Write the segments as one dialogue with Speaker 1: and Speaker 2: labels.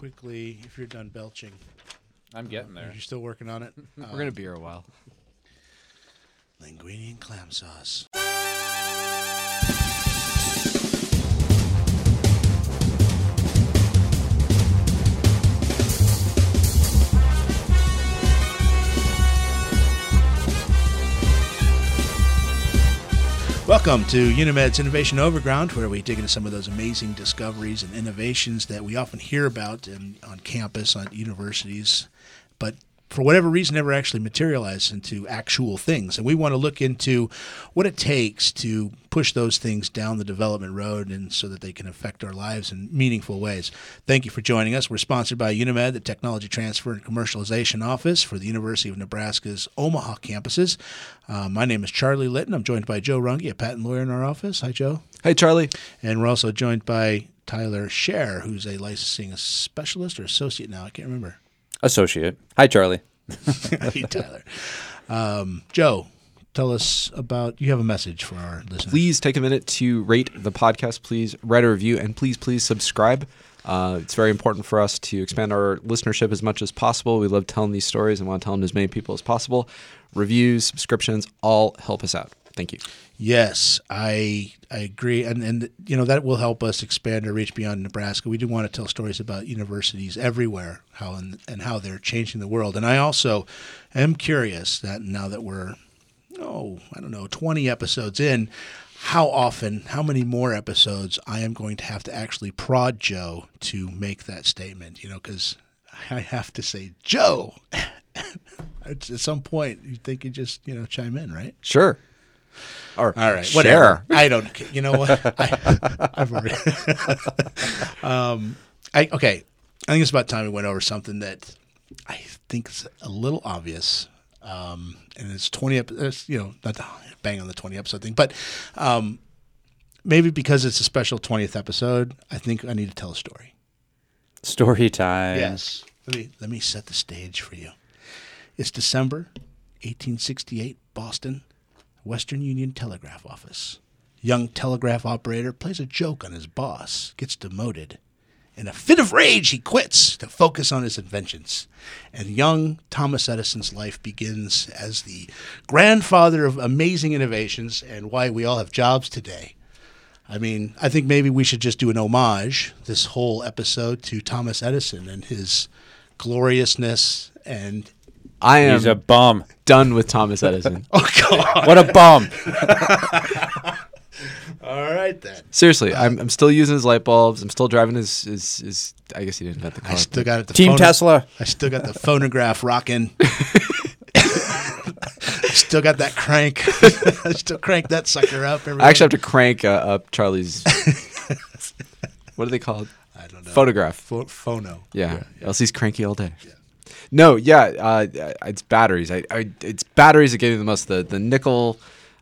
Speaker 1: quickly if you're done belching.
Speaker 2: I'm getting
Speaker 1: Are
Speaker 2: there.
Speaker 1: you still working on it? Uh,
Speaker 3: Uh, We're gonna be here a while.
Speaker 1: linguine and clam sauce. Welcome to Unimed's Innovation Overground, where we dig into some of those amazing discoveries and innovations that we often hear about in, on campus, on universities, but for whatever reason never actually materialize into actual things. And we want to look into what it takes to push those things down the development road and so that they can affect our lives in meaningful ways. Thank you for joining us. We're sponsored by Unimed, the Technology Transfer and Commercialization Office for the University of Nebraska's Omaha campuses. Uh, my name is Charlie Litton. I'm joined by Joe Runge, a patent lawyer in our office. Hi, Joe.
Speaker 3: Hey, Charlie.
Speaker 1: And we're also joined by Tyler Scher, who's a licensing specialist or associate now. I can't remember.
Speaker 2: Associate. Hi, Charlie.
Speaker 1: hey, Tyler. Um, Joe, tell us about. You have a message for our listeners.
Speaker 3: Please take a minute to rate the podcast. Please write a review, and please, please subscribe. Uh, it's very important for us to expand our listenership as much as possible. We love telling these stories and want to tell them to as many people as possible. Reviews, subscriptions, all help us out. Thank you.
Speaker 1: Yes, I I agree, and and you know that will help us expand our reach beyond Nebraska. We do want to tell stories about universities everywhere, how and, and how they're changing the world. And I also am curious that now that we're oh I don't know twenty episodes in, how often, how many more episodes I am going to have to actually prod Joe to make that statement. You know, because I have to say Joe. At at some point, you think you just you know chime in, right?
Speaker 3: Sure. Or
Speaker 1: All right,
Speaker 3: share.
Speaker 1: whatever. I don't. ca- You know what? I, I've already. um, I okay. I think it's about time we went over something that I think is a little obvious. Um, and it's twenty. Ep- it's, you know, not to bang on the twenty episode thing, but um, maybe because it's a special twentieth episode, I think I need to tell a story.
Speaker 2: Story time.
Speaker 1: Yes. Let me let me set the stage for you. It's December 1868, Boston, Western Union Telegraph Office. Young telegraph operator plays a joke on his boss, gets demoted. In a fit of rage, he quits to focus on his inventions. And young Thomas Edison's life begins as the grandfather of amazing innovations and why we all have jobs today. I mean, I think maybe we should just do an homage this whole episode to Thomas Edison and his gloriousness and
Speaker 3: I am
Speaker 2: He's a bum.
Speaker 3: done with Thomas Edison.
Speaker 1: oh god.
Speaker 2: What a bum.
Speaker 1: All right then.
Speaker 3: Seriously, I'm, I'm still using his light bulbs. I'm still driving his, his, his I guess he didn't invent the car.
Speaker 1: I still got it. The
Speaker 2: Team
Speaker 1: phono-
Speaker 2: Tesla.
Speaker 1: I still got the phonograph rocking. still got that crank. I still crank that sucker up. Every
Speaker 3: I actually have to crank uh, up Charlie's. what are they called?
Speaker 1: I don't know.
Speaker 3: Photograph.
Speaker 1: Pho- phono.
Speaker 3: Yeah. Else he's cranky all day. No, yeah, uh, it's batteries. I, I, it's batteries that gave me the most. The the nickel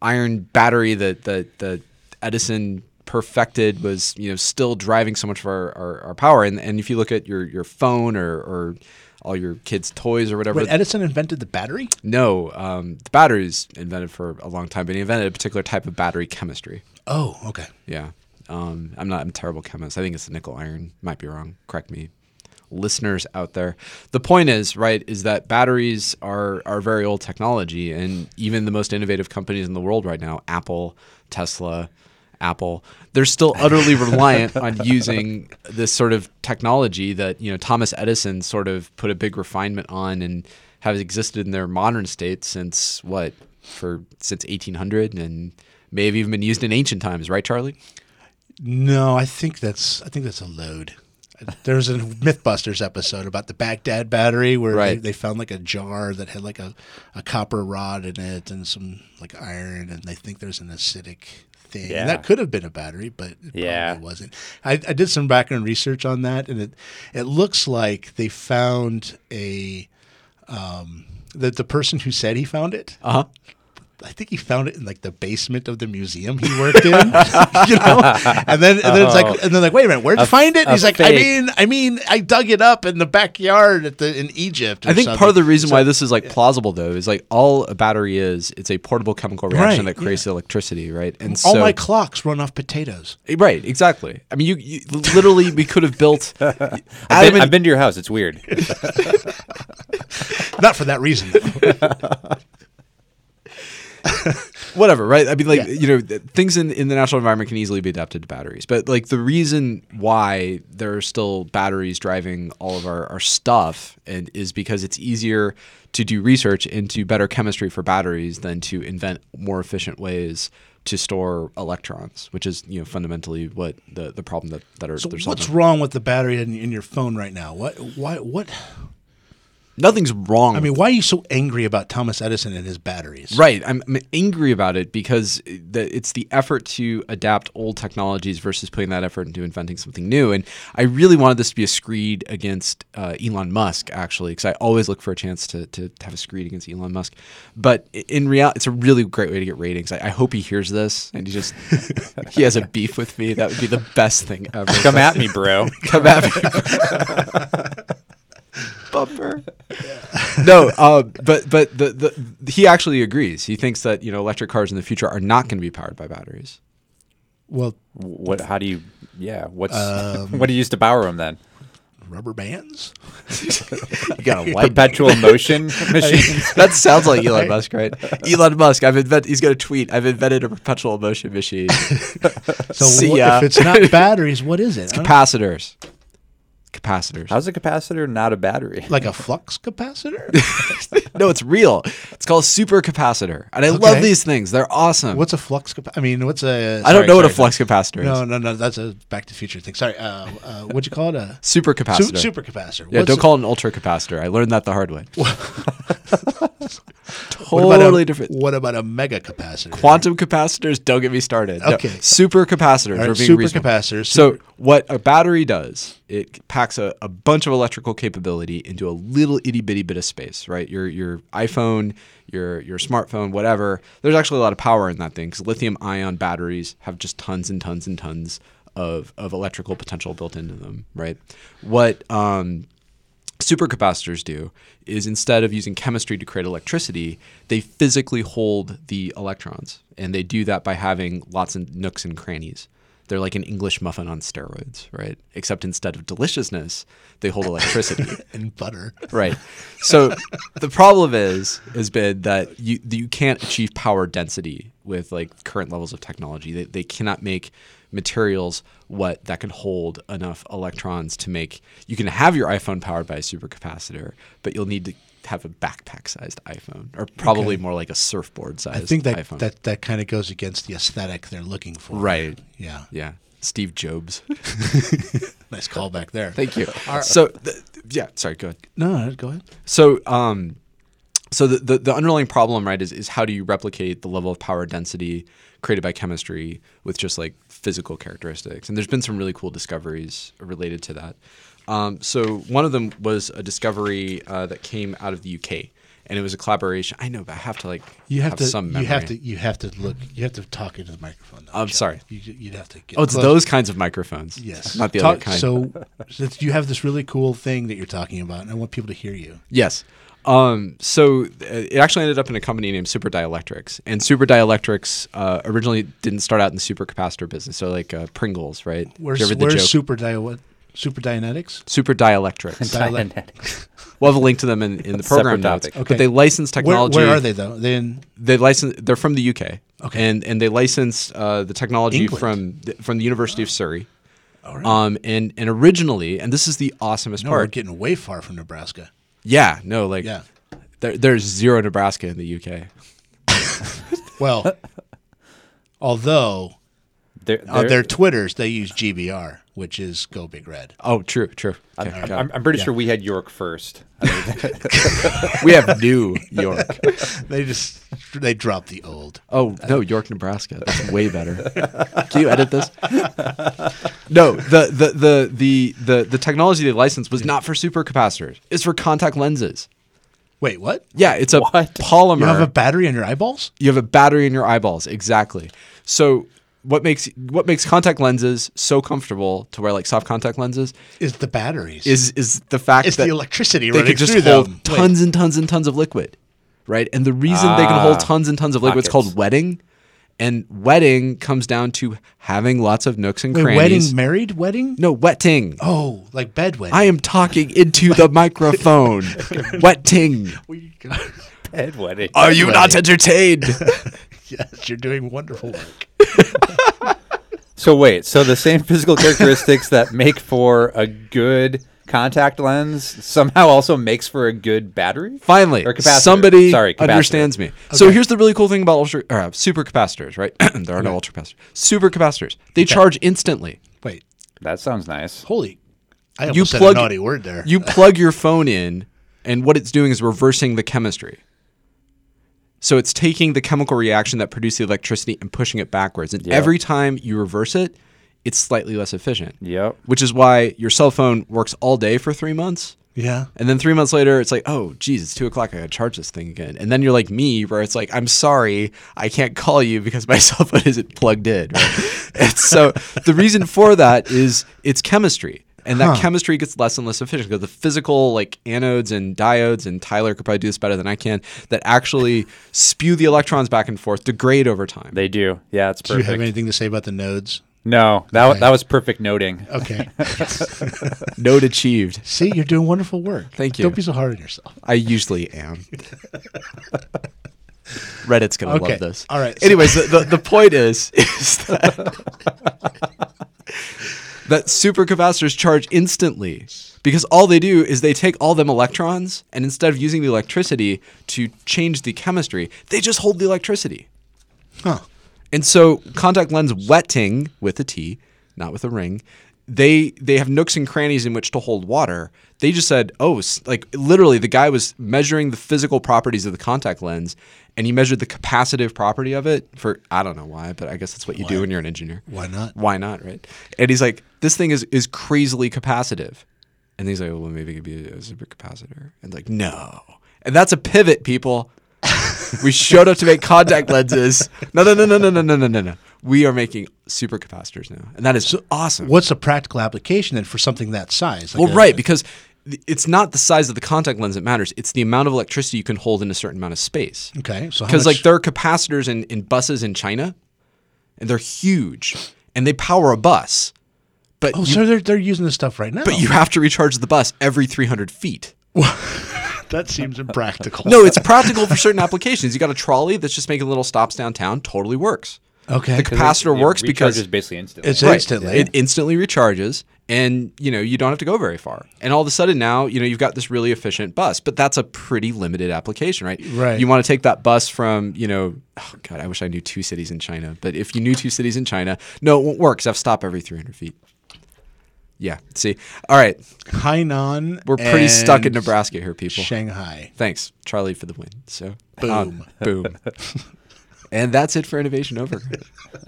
Speaker 3: iron battery that the, the Edison perfected was you know still driving so much of our, our, our power. And and if you look at your, your phone or, or all your kids' toys or whatever,
Speaker 1: Wait, Edison invented the battery?
Speaker 3: no, um, the batteries invented for a long time, but he invented a particular type of battery chemistry.
Speaker 1: Oh, okay.
Speaker 3: Yeah. Um, I'm not I'm a terrible chemist. I think it's the nickel iron. Might be wrong. Correct me. Listeners out there. The point is, right, is that batteries are are very old technology and even the most innovative companies in the world right now, Apple, Tesla, Apple, they're still utterly reliant on using this sort of technology that, you know, Thomas Edison sort of put a big refinement on and has existed in their modern state since what? For since 1800 and may have even been used in ancient times, right, Charlie?
Speaker 1: No, I think that's I think that's a load. There was a MythBusters episode about the Baghdad battery where
Speaker 3: Right.
Speaker 1: they, they found like a jar that had like a, a copper rod in it and some like iron and they think there's an acidic thing.
Speaker 2: Yeah.
Speaker 1: And that could have been a battery, but it
Speaker 2: Yeah.
Speaker 1: probably wasn't. I, I did some background research on that and it it looks like they found a um, that the person who said he found it
Speaker 3: Uh huh.
Speaker 1: I think he found it in like the basement of the museum he worked in, you know. And then, and then it's like, and then like, wait a minute, where'd you find it? And
Speaker 2: a
Speaker 1: he's like, I
Speaker 2: fake.
Speaker 1: mean, I mean, I dug it up in the backyard at the in Egypt. or
Speaker 3: I think part of the
Speaker 1: something."
Speaker 3: reason why this is like plausible though is like all a battery is it's a portable chemical reaction
Speaker 1: Right,
Speaker 3: that creates electricity, right? And
Speaker 1: all
Speaker 3: so
Speaker 1: my clocks run off potatoes.
Speaker 3: right, exactly. I mean, you, you literally we could have built. Adam
Speaker 2: I've been,
Speaker 3: and-
Speaker 2: I've been to your house. It's weird.
Speaker 1: Not for that reason. though.
Speaker 3: whatever, right? I mean, like
Speaker 1: Yeah.
Speaker 3: you know, th- things in in the natural environment can easily be adapted to batteries, but like the reason why there are still batteries driving all of our, our stuff and is because it's easier to do research into better chemistry for batteries than to invent more efficient ways to store electrons, which is you know fundamentally what the the problem that that are
Speaker 1: So
Speaker 3: they're solving.
Speaker 1: what's wrong with the battery in, in your phone right now? What? Why? What?
Speaker 3: Nothing's wrong.
Speaker 1: I mean, why are you so angry about Thomas Edison and his batteries?
Speaker 3: Right. I'm, I'm angry about it because the, it's the effort to adapt old technologies versus putting that effort into inventing something new. And I really wanted this to be a screed against uh, Elon Musk, actually, because I always look for a chance to, to have a screed against Elon Musk. But i- in reality, it's a really great way to get ratings. I, I hope he hears this and he just he has a beef with me. That would be the best thing ever.
Speaker 2: Come at me, bro.
Speaker 3: Come at me. Bumper. No, uh, but but the, the he actually agrees. He thinks that you know electric cars in the future are not going to be powered by batteries.
Speaker 1: Well,
Speaker 2: What? How do you? Yeah. What's?
Speaker 3: Um,
Speaker 2: what do you use to power them then?
Speaker 1: rubber bands.
Speaker 3: You got a
Speaker 2: Perpetual motion machine.
Speaker 3: That sounds like Elon Musk, right? Elon Musk. I've invent. He's going to tweet. I've invented a perpetual motion machine.
Speaker 1: So
Speaker 3: See
Speaker 1: what,
Speaker 3: ya.
Speaker 1: if it's not batteries, what is it? I don't-
Speaker 3: Capacitors. Capacitors.
Speaker 2: How's a capacitor not a battery?
Speaker 1: like a flux capacitor?
Speaker 3: No, it's real. It's called supercapacitor, and I love
Speaker 1: Okay.
Speaker 3: these things. They're awesome.
Speaker 1: What's a flux capacitor? I mean, what's a?
Speaker 3: Um, I don't
Speaker 2: Sorry,
Speaker 3: know what a
Speaker 2: sorry,
Speaker 3: flux capacitor is.
Speaker 1: No, no, no. That's a Back to the Future thing. Sorry. Uh, uh, what'd you call it? A
Speaker 3: Supercapacitor.
Speaker 1: Su- supercapacitor.
Speaker 3: Yeah,
Speaker 1: What's
Speaker 3: don't
Speaker 1: a-
Speaker 3: call it an ultra capacitor. I learned that the hard way.
Speaker 1: what about um, a-
Speaker 3: totally different.
Speaker 1: What about a mega capacitor?
Speaker 3: Quantum capacitors, don't get me started. No,
Speaker 1: Okay.
Speaker 3: super capacitors
Speaker 1: All right,
Speaker 3: are being
Speaker 1: super
Speaker 3: reasonable.
Speaker 1: capacitors.
Speaker 3: So what a battery does, it packs a, a bunch of electrical capability into a little itty bitty bit of space, right? Your your iPhone, your your smartphone, whatever. There's actually a lot of power in that thing because lithium ion batteries have just tons and tons and tons of of electrical potential built into them, right? What um, supercapacitors do is instead of using chemistry to create electricity, they physically hold the electrons. And they do that by having lots of nooks and crannies. They're like an English muffin on steroids, right? Except instead of deliciousness, they hold electricity.
Speaker 1: and butter.
Speaker 3: Right. So the problem is has been that you that you can't achieve power density with like current levels of technology. They they cannot make materials what that can hold enough electrons to make you can have your iPhone powered by a supercapacitor, but you'll need to have a backpack sized iPhone or probably more like a surfboard sized
Speaker 1: I think that
Speaker 3: iPhone.
Speaker 1: that, that kind of goes against the aesthetic they're looking for.
Speaker 3: right.
Speaker 1: Yeah.
Speaker 3: Yeah. Steve Jobs.
Speaker 1: Nice callback there.
Speaker 3: Thank you. So th- th- yeah, sorry, go ahead.
Speaker 1: no, no, go ahead.
Speaker 3: So, um, so the, the the underlying problem, right, is is how do you replicate the level of power density created by chemistry with just like physical characteristics? And there's been some really cool discoveries related to that. Um, so one of them was a discovery uh, that came out of the UK, and it was a collaboration. I know, but I have to like
Speaker 1: You have, to.
Speaker 3: some memory.
Speaker 1: you have to. You have to look. You have to talk into the microphone. Though,
Speaker 3: I'm
Speaker 1: Chuck.
Speaker 3: sorry.
Speaker 1: You, you'd have to. Get
Speaker 3: Oh, it's
Speaker 1: close.
Speaker 3: those kinds of microphones.
Speaker 1: Yes.
Speaker 3: not the
Speaker 1: Talk-
Speaker 3: other kind.
Speaker 1: So, so you have this really cool thing that you're talking about, and I want people to hear you.
Speaker 3: Yes. Um, so uh, it actually ended up in a company named Super Dielectrics, and Super Dielectrics uh, originally didn't start out in the supercapacitor business. So like uh, Pringles, right? Did you
Speaker 1: Where's,
Speaker 3: ever the joke?
Speaker 1: where's super dia- what? Super Dianetics?
Speaker 3: Super Dielectrics?
Speaker 1: Dialect-
Speaker 3: we'll have a link to them in, in the program
Speaker 2: Separate
Speaker 3: notes.
Speaker 2: topic.
Speaker 1: Okay.
Speaker 3: But they license
Speaker 1: Where,
Speaker 3: technology.
Speaker 1: where are they though? Then
Speaker 3: They license. They're from the UK.
Speaker 1: Okay.
Speaker 3: And and they license uh, the technology
Speaker 1: England.
Speaker 3: from the, from the University of Surrey.
Speaker 1: all right.
Speaker 3: Um, and and originally, and this is the awesomest
Speaker 1: no, we're
Speaker 3: part.
Speaker 1: getting way far from Nebraska.
Speaker 3: yeah. No. Like.
Speaker 1: Yeah.
Speaker 3: There, there's zero Nebraska in the UK.
Speaker 1: Well, although
Speaker 2: They're,
Speaker 3: Oh,
Speaker 1: on
Speaker 2: they're-
Speaker 1: their Twitters they use GBR, which is Go Big Red.
Speaker 3: Oh, true, true. Okay, got
Speaker 2: I'm,
Speaker 3: it.
Speaker 2: I'm- I'm pretty sure we had York first. I mean,
Speaker 3: we have New York.
Speaker 1: They just they drop the old.
Speaker 3: Oh no, York, Nebraska. That's way better. Can you edit this? No, the the the the the, the technology they licensed was not for supercapacitors. It's for contact lenses.
Speaker 1: Wait, what?
Speaker 3: Yeah, it's a
Speaker 2: What?
Speaker 3: polymer.
Speaker 1: You have a battery in your eyeballs?
Speaker 3: you have a battery in your eyeballs exactly so what makes what makes contact lenses so comfortable to wear like soft contact lenses
Speaker 1: Is the batteries?
Speaker 3: is is the fact
Speaker 1: it's
Speaker 3: that
Speaker 1: the electricity
Speaker 3: they
Speaker 1: running
Speaker 3: could just
Speaker 1: through
Speaker 3: hold
Speaker 1: them? Wait.
Speaker 3: tons and tons and tons of liquid right and the reason they can
Speaker 2: Ah,
Speaker 3: hold tons and tons of liquid is
Speaker 2: pockets.
Speaker 3: called wetting and wetting comes down to having lots of nooks and
Speaker 1: Wait,
Speaker 3: crannies
Speaker 1: wedding, married wedding?
Speaker 3: no wetting
Speaker 1: Oh, like bedwetting.
Speaker 3: i am talking into the microphone wetting
Speaker 2: Head wedding.
Speaker 3: are you not entertained
Speaker 1: yes, you're doing wonderful work.
Speaker 2: So wait, so the same physical characteristics that make for a good contact lens somehow also makes for a good battery?
Speaker 3: Finally,
Speaker 2: Or capacitor.
Speaker 3: somebody
Speaker 2: Sorry, capacitor.
Speaker 3: understands me. So here's the really cool thing about ultra uh, supercapacitors, right? there are no ultracapacitors. Supercapacitors. They charge instantly.
Speaker 1: Wait,
Speaker 2: That sounds nice.
Speaker 1: holy! I almost
Speaker 3: You
Speaker 1: said
Speaker 3: plug
Speaker 1: a naughty word there.
Speaker 3: You plug your phone in, and what it's doing is reversing the chemistry. So it's taking the chemical reaction that produced the electricity and pushing it backwards. And
Speaker 2: Yeah.
Speaker 3: every time you reverse it, it's slightly less efficient.
Speaker 2: Yep.
Speaker 3: Which is why your cell phone works all day for three months.
Speaker 1: yeah.
Speaker 3: And then three months later, it's like, oh, geez, it's two o'clock. I gotta charge this thing again. And then you're like me, where it's like, I'm sorry, I can't call you because my cell phone isn't plugged in. Right? and so the reason for that is it's chemistry. And that chemistry gets less and less efficient because the physical, like anodes and diodes, and Tyler could probably do this better than I can, that actually spew the electrons back and forth, degrade over time.
Speaker 2: They do. Yeah, it's
Speaker 1: Do you
Speaker 2: perfect.
Speaker 1: have anything to say about the nodes?
Speaker 2: no, that wa- that was perfect noting.
Speaker 1: Okay.
Speaker 3: Note achieved.
Speaker 1: See, you're doing wonderful work.
Speaker 3: Thank you.
Speaker 1: Don't be so hard on yourself.
Speaker 3: I usually am. Reddit's gonna
Speaker 1: Okay.
Speaker 3: love this.
Speaker 1: All right. So-
Speaker 3: Anyways, the, the, the point is is that that supercapacitors charge instantly because all they do is they take all them electrons and instead of using the electricity to change the chemistry, they just hold the electricity.
Speaker 1: Huh.
Speaker 3: And so contact lens wetting with a T, not with a ring. They they have nooks and crannies in which to hold water. They just said, oh, s- like literally, the guy was measuring the physical properties of the contact lens, and he measured the capacitive property of it for I don't know why, but I guess that's what you do when you're an engineer.
Speaker 1: Why not?
Speaker 3: Why not? Right? And he's like, this thing is is crazily capacitive, and he's like, well, maybe it could be a supercapacitor, and like, no, and that's a pivot, people. We showed up to make contact lenses. No, no, no, no, no, no, no, no, no, no. We are making supercapacitors now, and that is awesome.
Speaker 1: What's the practical application then for something that size? Like
Speaker 3: Well,
Speaker 1: a-
Speaker 3: right, because th- it's not the size of the contact lens that matters; it's the amount of electricity you can hold in a certain amount of space.
Speaker 1: Okay. So how
Speaker 3: Because like
Speaker 1: much-
Speaker 3: there are capacitors in, in buses in China, and they're huge, and they power a bus, but
Speaker 1: oh,
Speaker 3: you,
Speaker 1: so they're they're using this stuff right now.
Speaker 3: but you have to recharge the bus every 300 feet.
Speaker 1: that seems impractical.
Speaker 3: No, it's practical for certain applications. You got a trolley that's just making little stops downtown. Totally works.
Speaker 1: Okay.
Speaker 3: The capacitor works because
Speaker 2: it's basically instantly.
Speaker 1: It's instantly.
Speaker 3: It instantly recharges, and you know you don't have to go very far. And all of a sudden now, you know you've got this really efficient bus, but that's a pretty limited application, right?
Speaker 1: Right.
Speaker 3: You want to take that bus from you know, oh god, I wish I knew two cities in China, but if you knew two cities in China, no, it won't work. 'cause I have to stop every 300 feet. Yeah. See. All right,
Speaker 1: Hainan.
Speaker 3: we're pretty stuck in
Speaker 1: and
Speaker 3: Nebraska here, people.
Speaker 1: Shanghai.
Speaker 3: Thanks, Charlie, for the win. So
Speaker 1: Boom.
Speaker 3: boom, and that's it for innovation over.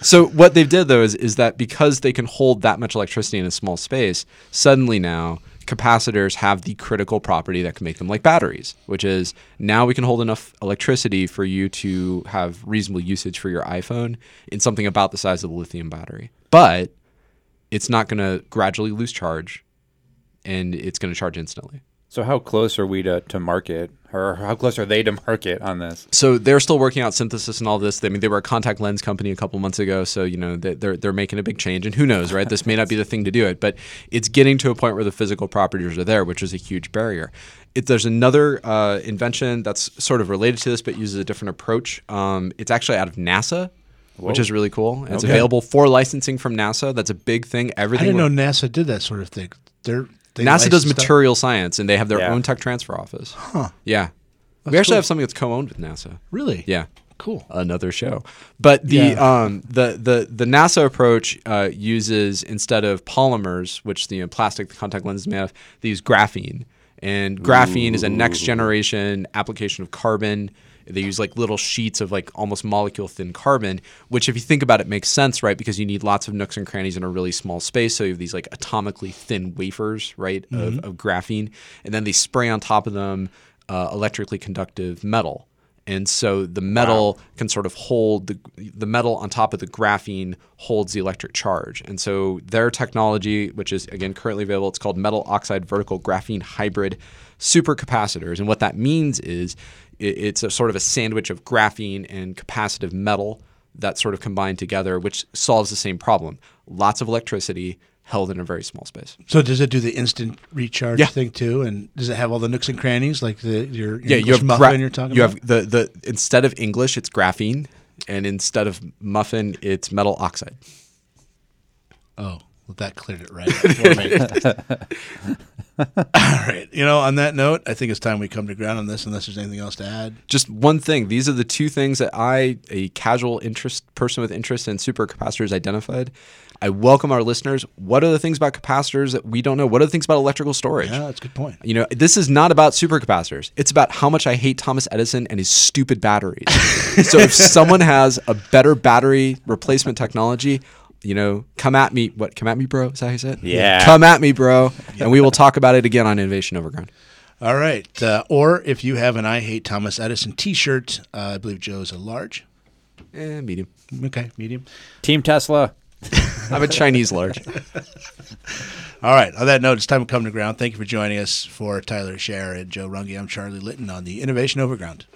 Speaker 3: so what they've did though is is that because they can hold that much electricity in a small space, suddenly now capacitors have the critical property that can make them like batteries, which is now we can hold enough electricity for you to have reasonable usage for your iPhone in something about the size of the lithium battery, but it's not going to gradually lose charge, and it's going to charge instantly.
Speaker 2: so how close are we to, to market, or how close are they to market on this?
Speaker 3: so they're still working out synthesis and all this. I mean, they were a contact lens company a couple months ago, so you know they- they're they're making a big change. And who knows, right? This may not be the thing to do it, but it's getting to a point where the physical properties are there, which is a huge barrier. It, there's another uh, invention that's sort of related to this, but uses a different approach. Um, it's actually out of NASA, which is really cool. And It's available for licensing from NASA. That's a big thing.
Speaker 1: I
Speaker 3: Everything
Speaker 1: didn't
Speaker 3: we're-
Speaker 1: know NASA did that sort of thing. They're they
Speaker 3: NASA
Speaker 1: license
Speaker 3: does
Speaker 1: stuff-
Speaker 3: material science, and they have their
Speaker 2: Yeah.
Speaker 3: own tech transfer office. Yeah, we actually have something that's co-owned with NASA.
Speaker 1: Really?
Speaker 3: Yeah
Speaker 1: Cool.
Speaker 3: another show. But the
Speaker 1: Yeah.
Speaker 3: um, the the the NASA approach uh, uses instead of polymers, which the you know, plastic the contact lens is made of, they use graphene. And graphene is a next generation application of carbon. They use like little sheets of like almost molecule thin carbon, which if you think about it makes sense, right? Because you need lots of nooks and crannies in a really small space. So you have these like atomically thin wafers, right, of, of graphene. And then they spray on top of them uh, electrically conductive metal. And so the metal can sort of hold the, the metal on top of the graphene holds the electric charge. And so their technology, which is again currently available, it's called metal oxide vertical graphene hybrid supercapacitors. And what that means is it, it's a sort of a sandwich of graphene and capacitive metal that sort of combined together, which solves the same problem. Lots of electricity held in a very small space.
Speaker 1: So does it do the instant recharge
Speaker 3: Yeah.
Speaker 1: thing too? And does it have all the nooks and crannies like the your
Speaker 3: Yeah,
Speaker 1: English
Speaker 3: you have
Speaker 1: muffin
Speaker 3: gra-
Speaker 1: you're talking
Speaker 3: you
Speaker 1: about?
Speaker 3: have the the instead of English, it's graphene, and instead of muffin, it's metal oxide.
Speaker 1: Oh, well, that cleared it right. up for me. All right. You know, on that note, I think it's time we come to ground on this, unless there's anything else to add.
Speaker 3: Just one thing: these are the two things that I, a casual interest person with interest in supercapacitors, identified. I welcome our listeners. What are the things about capacitors that we don't know? What are the things about electrical storage?
Speaker 1: Yeah, that's a good point.
Speaker 3: You know, this is not about supercapacitors. It's about how much I hate Thomas Edison and his stupid batteries. so if someone has a better battery replacement technology, you know, come at me. What? Come at me, bro? Is that how you said? it?
Speaker 2: Yeah.
Speaker 3: Come at me, bro. And we will talk about it again on Innovation Overground.
Speaker 1: All right. Uh, or if you have an I Hate Thomas Edison t shirt, uh, I believe Joe's a large.
Speaker 3: Eh, medium.
Speaker 1: Okay, medium.
Speaker 2: Team Tesla.
Speaker 3: I'm a Chinese large.
Speaker 1: All right. On that note, it's time to come to ground. Thank you for joining us. For Tyler Scher and Joe Runge, I'm Charlie Litton on the Innovation Overground.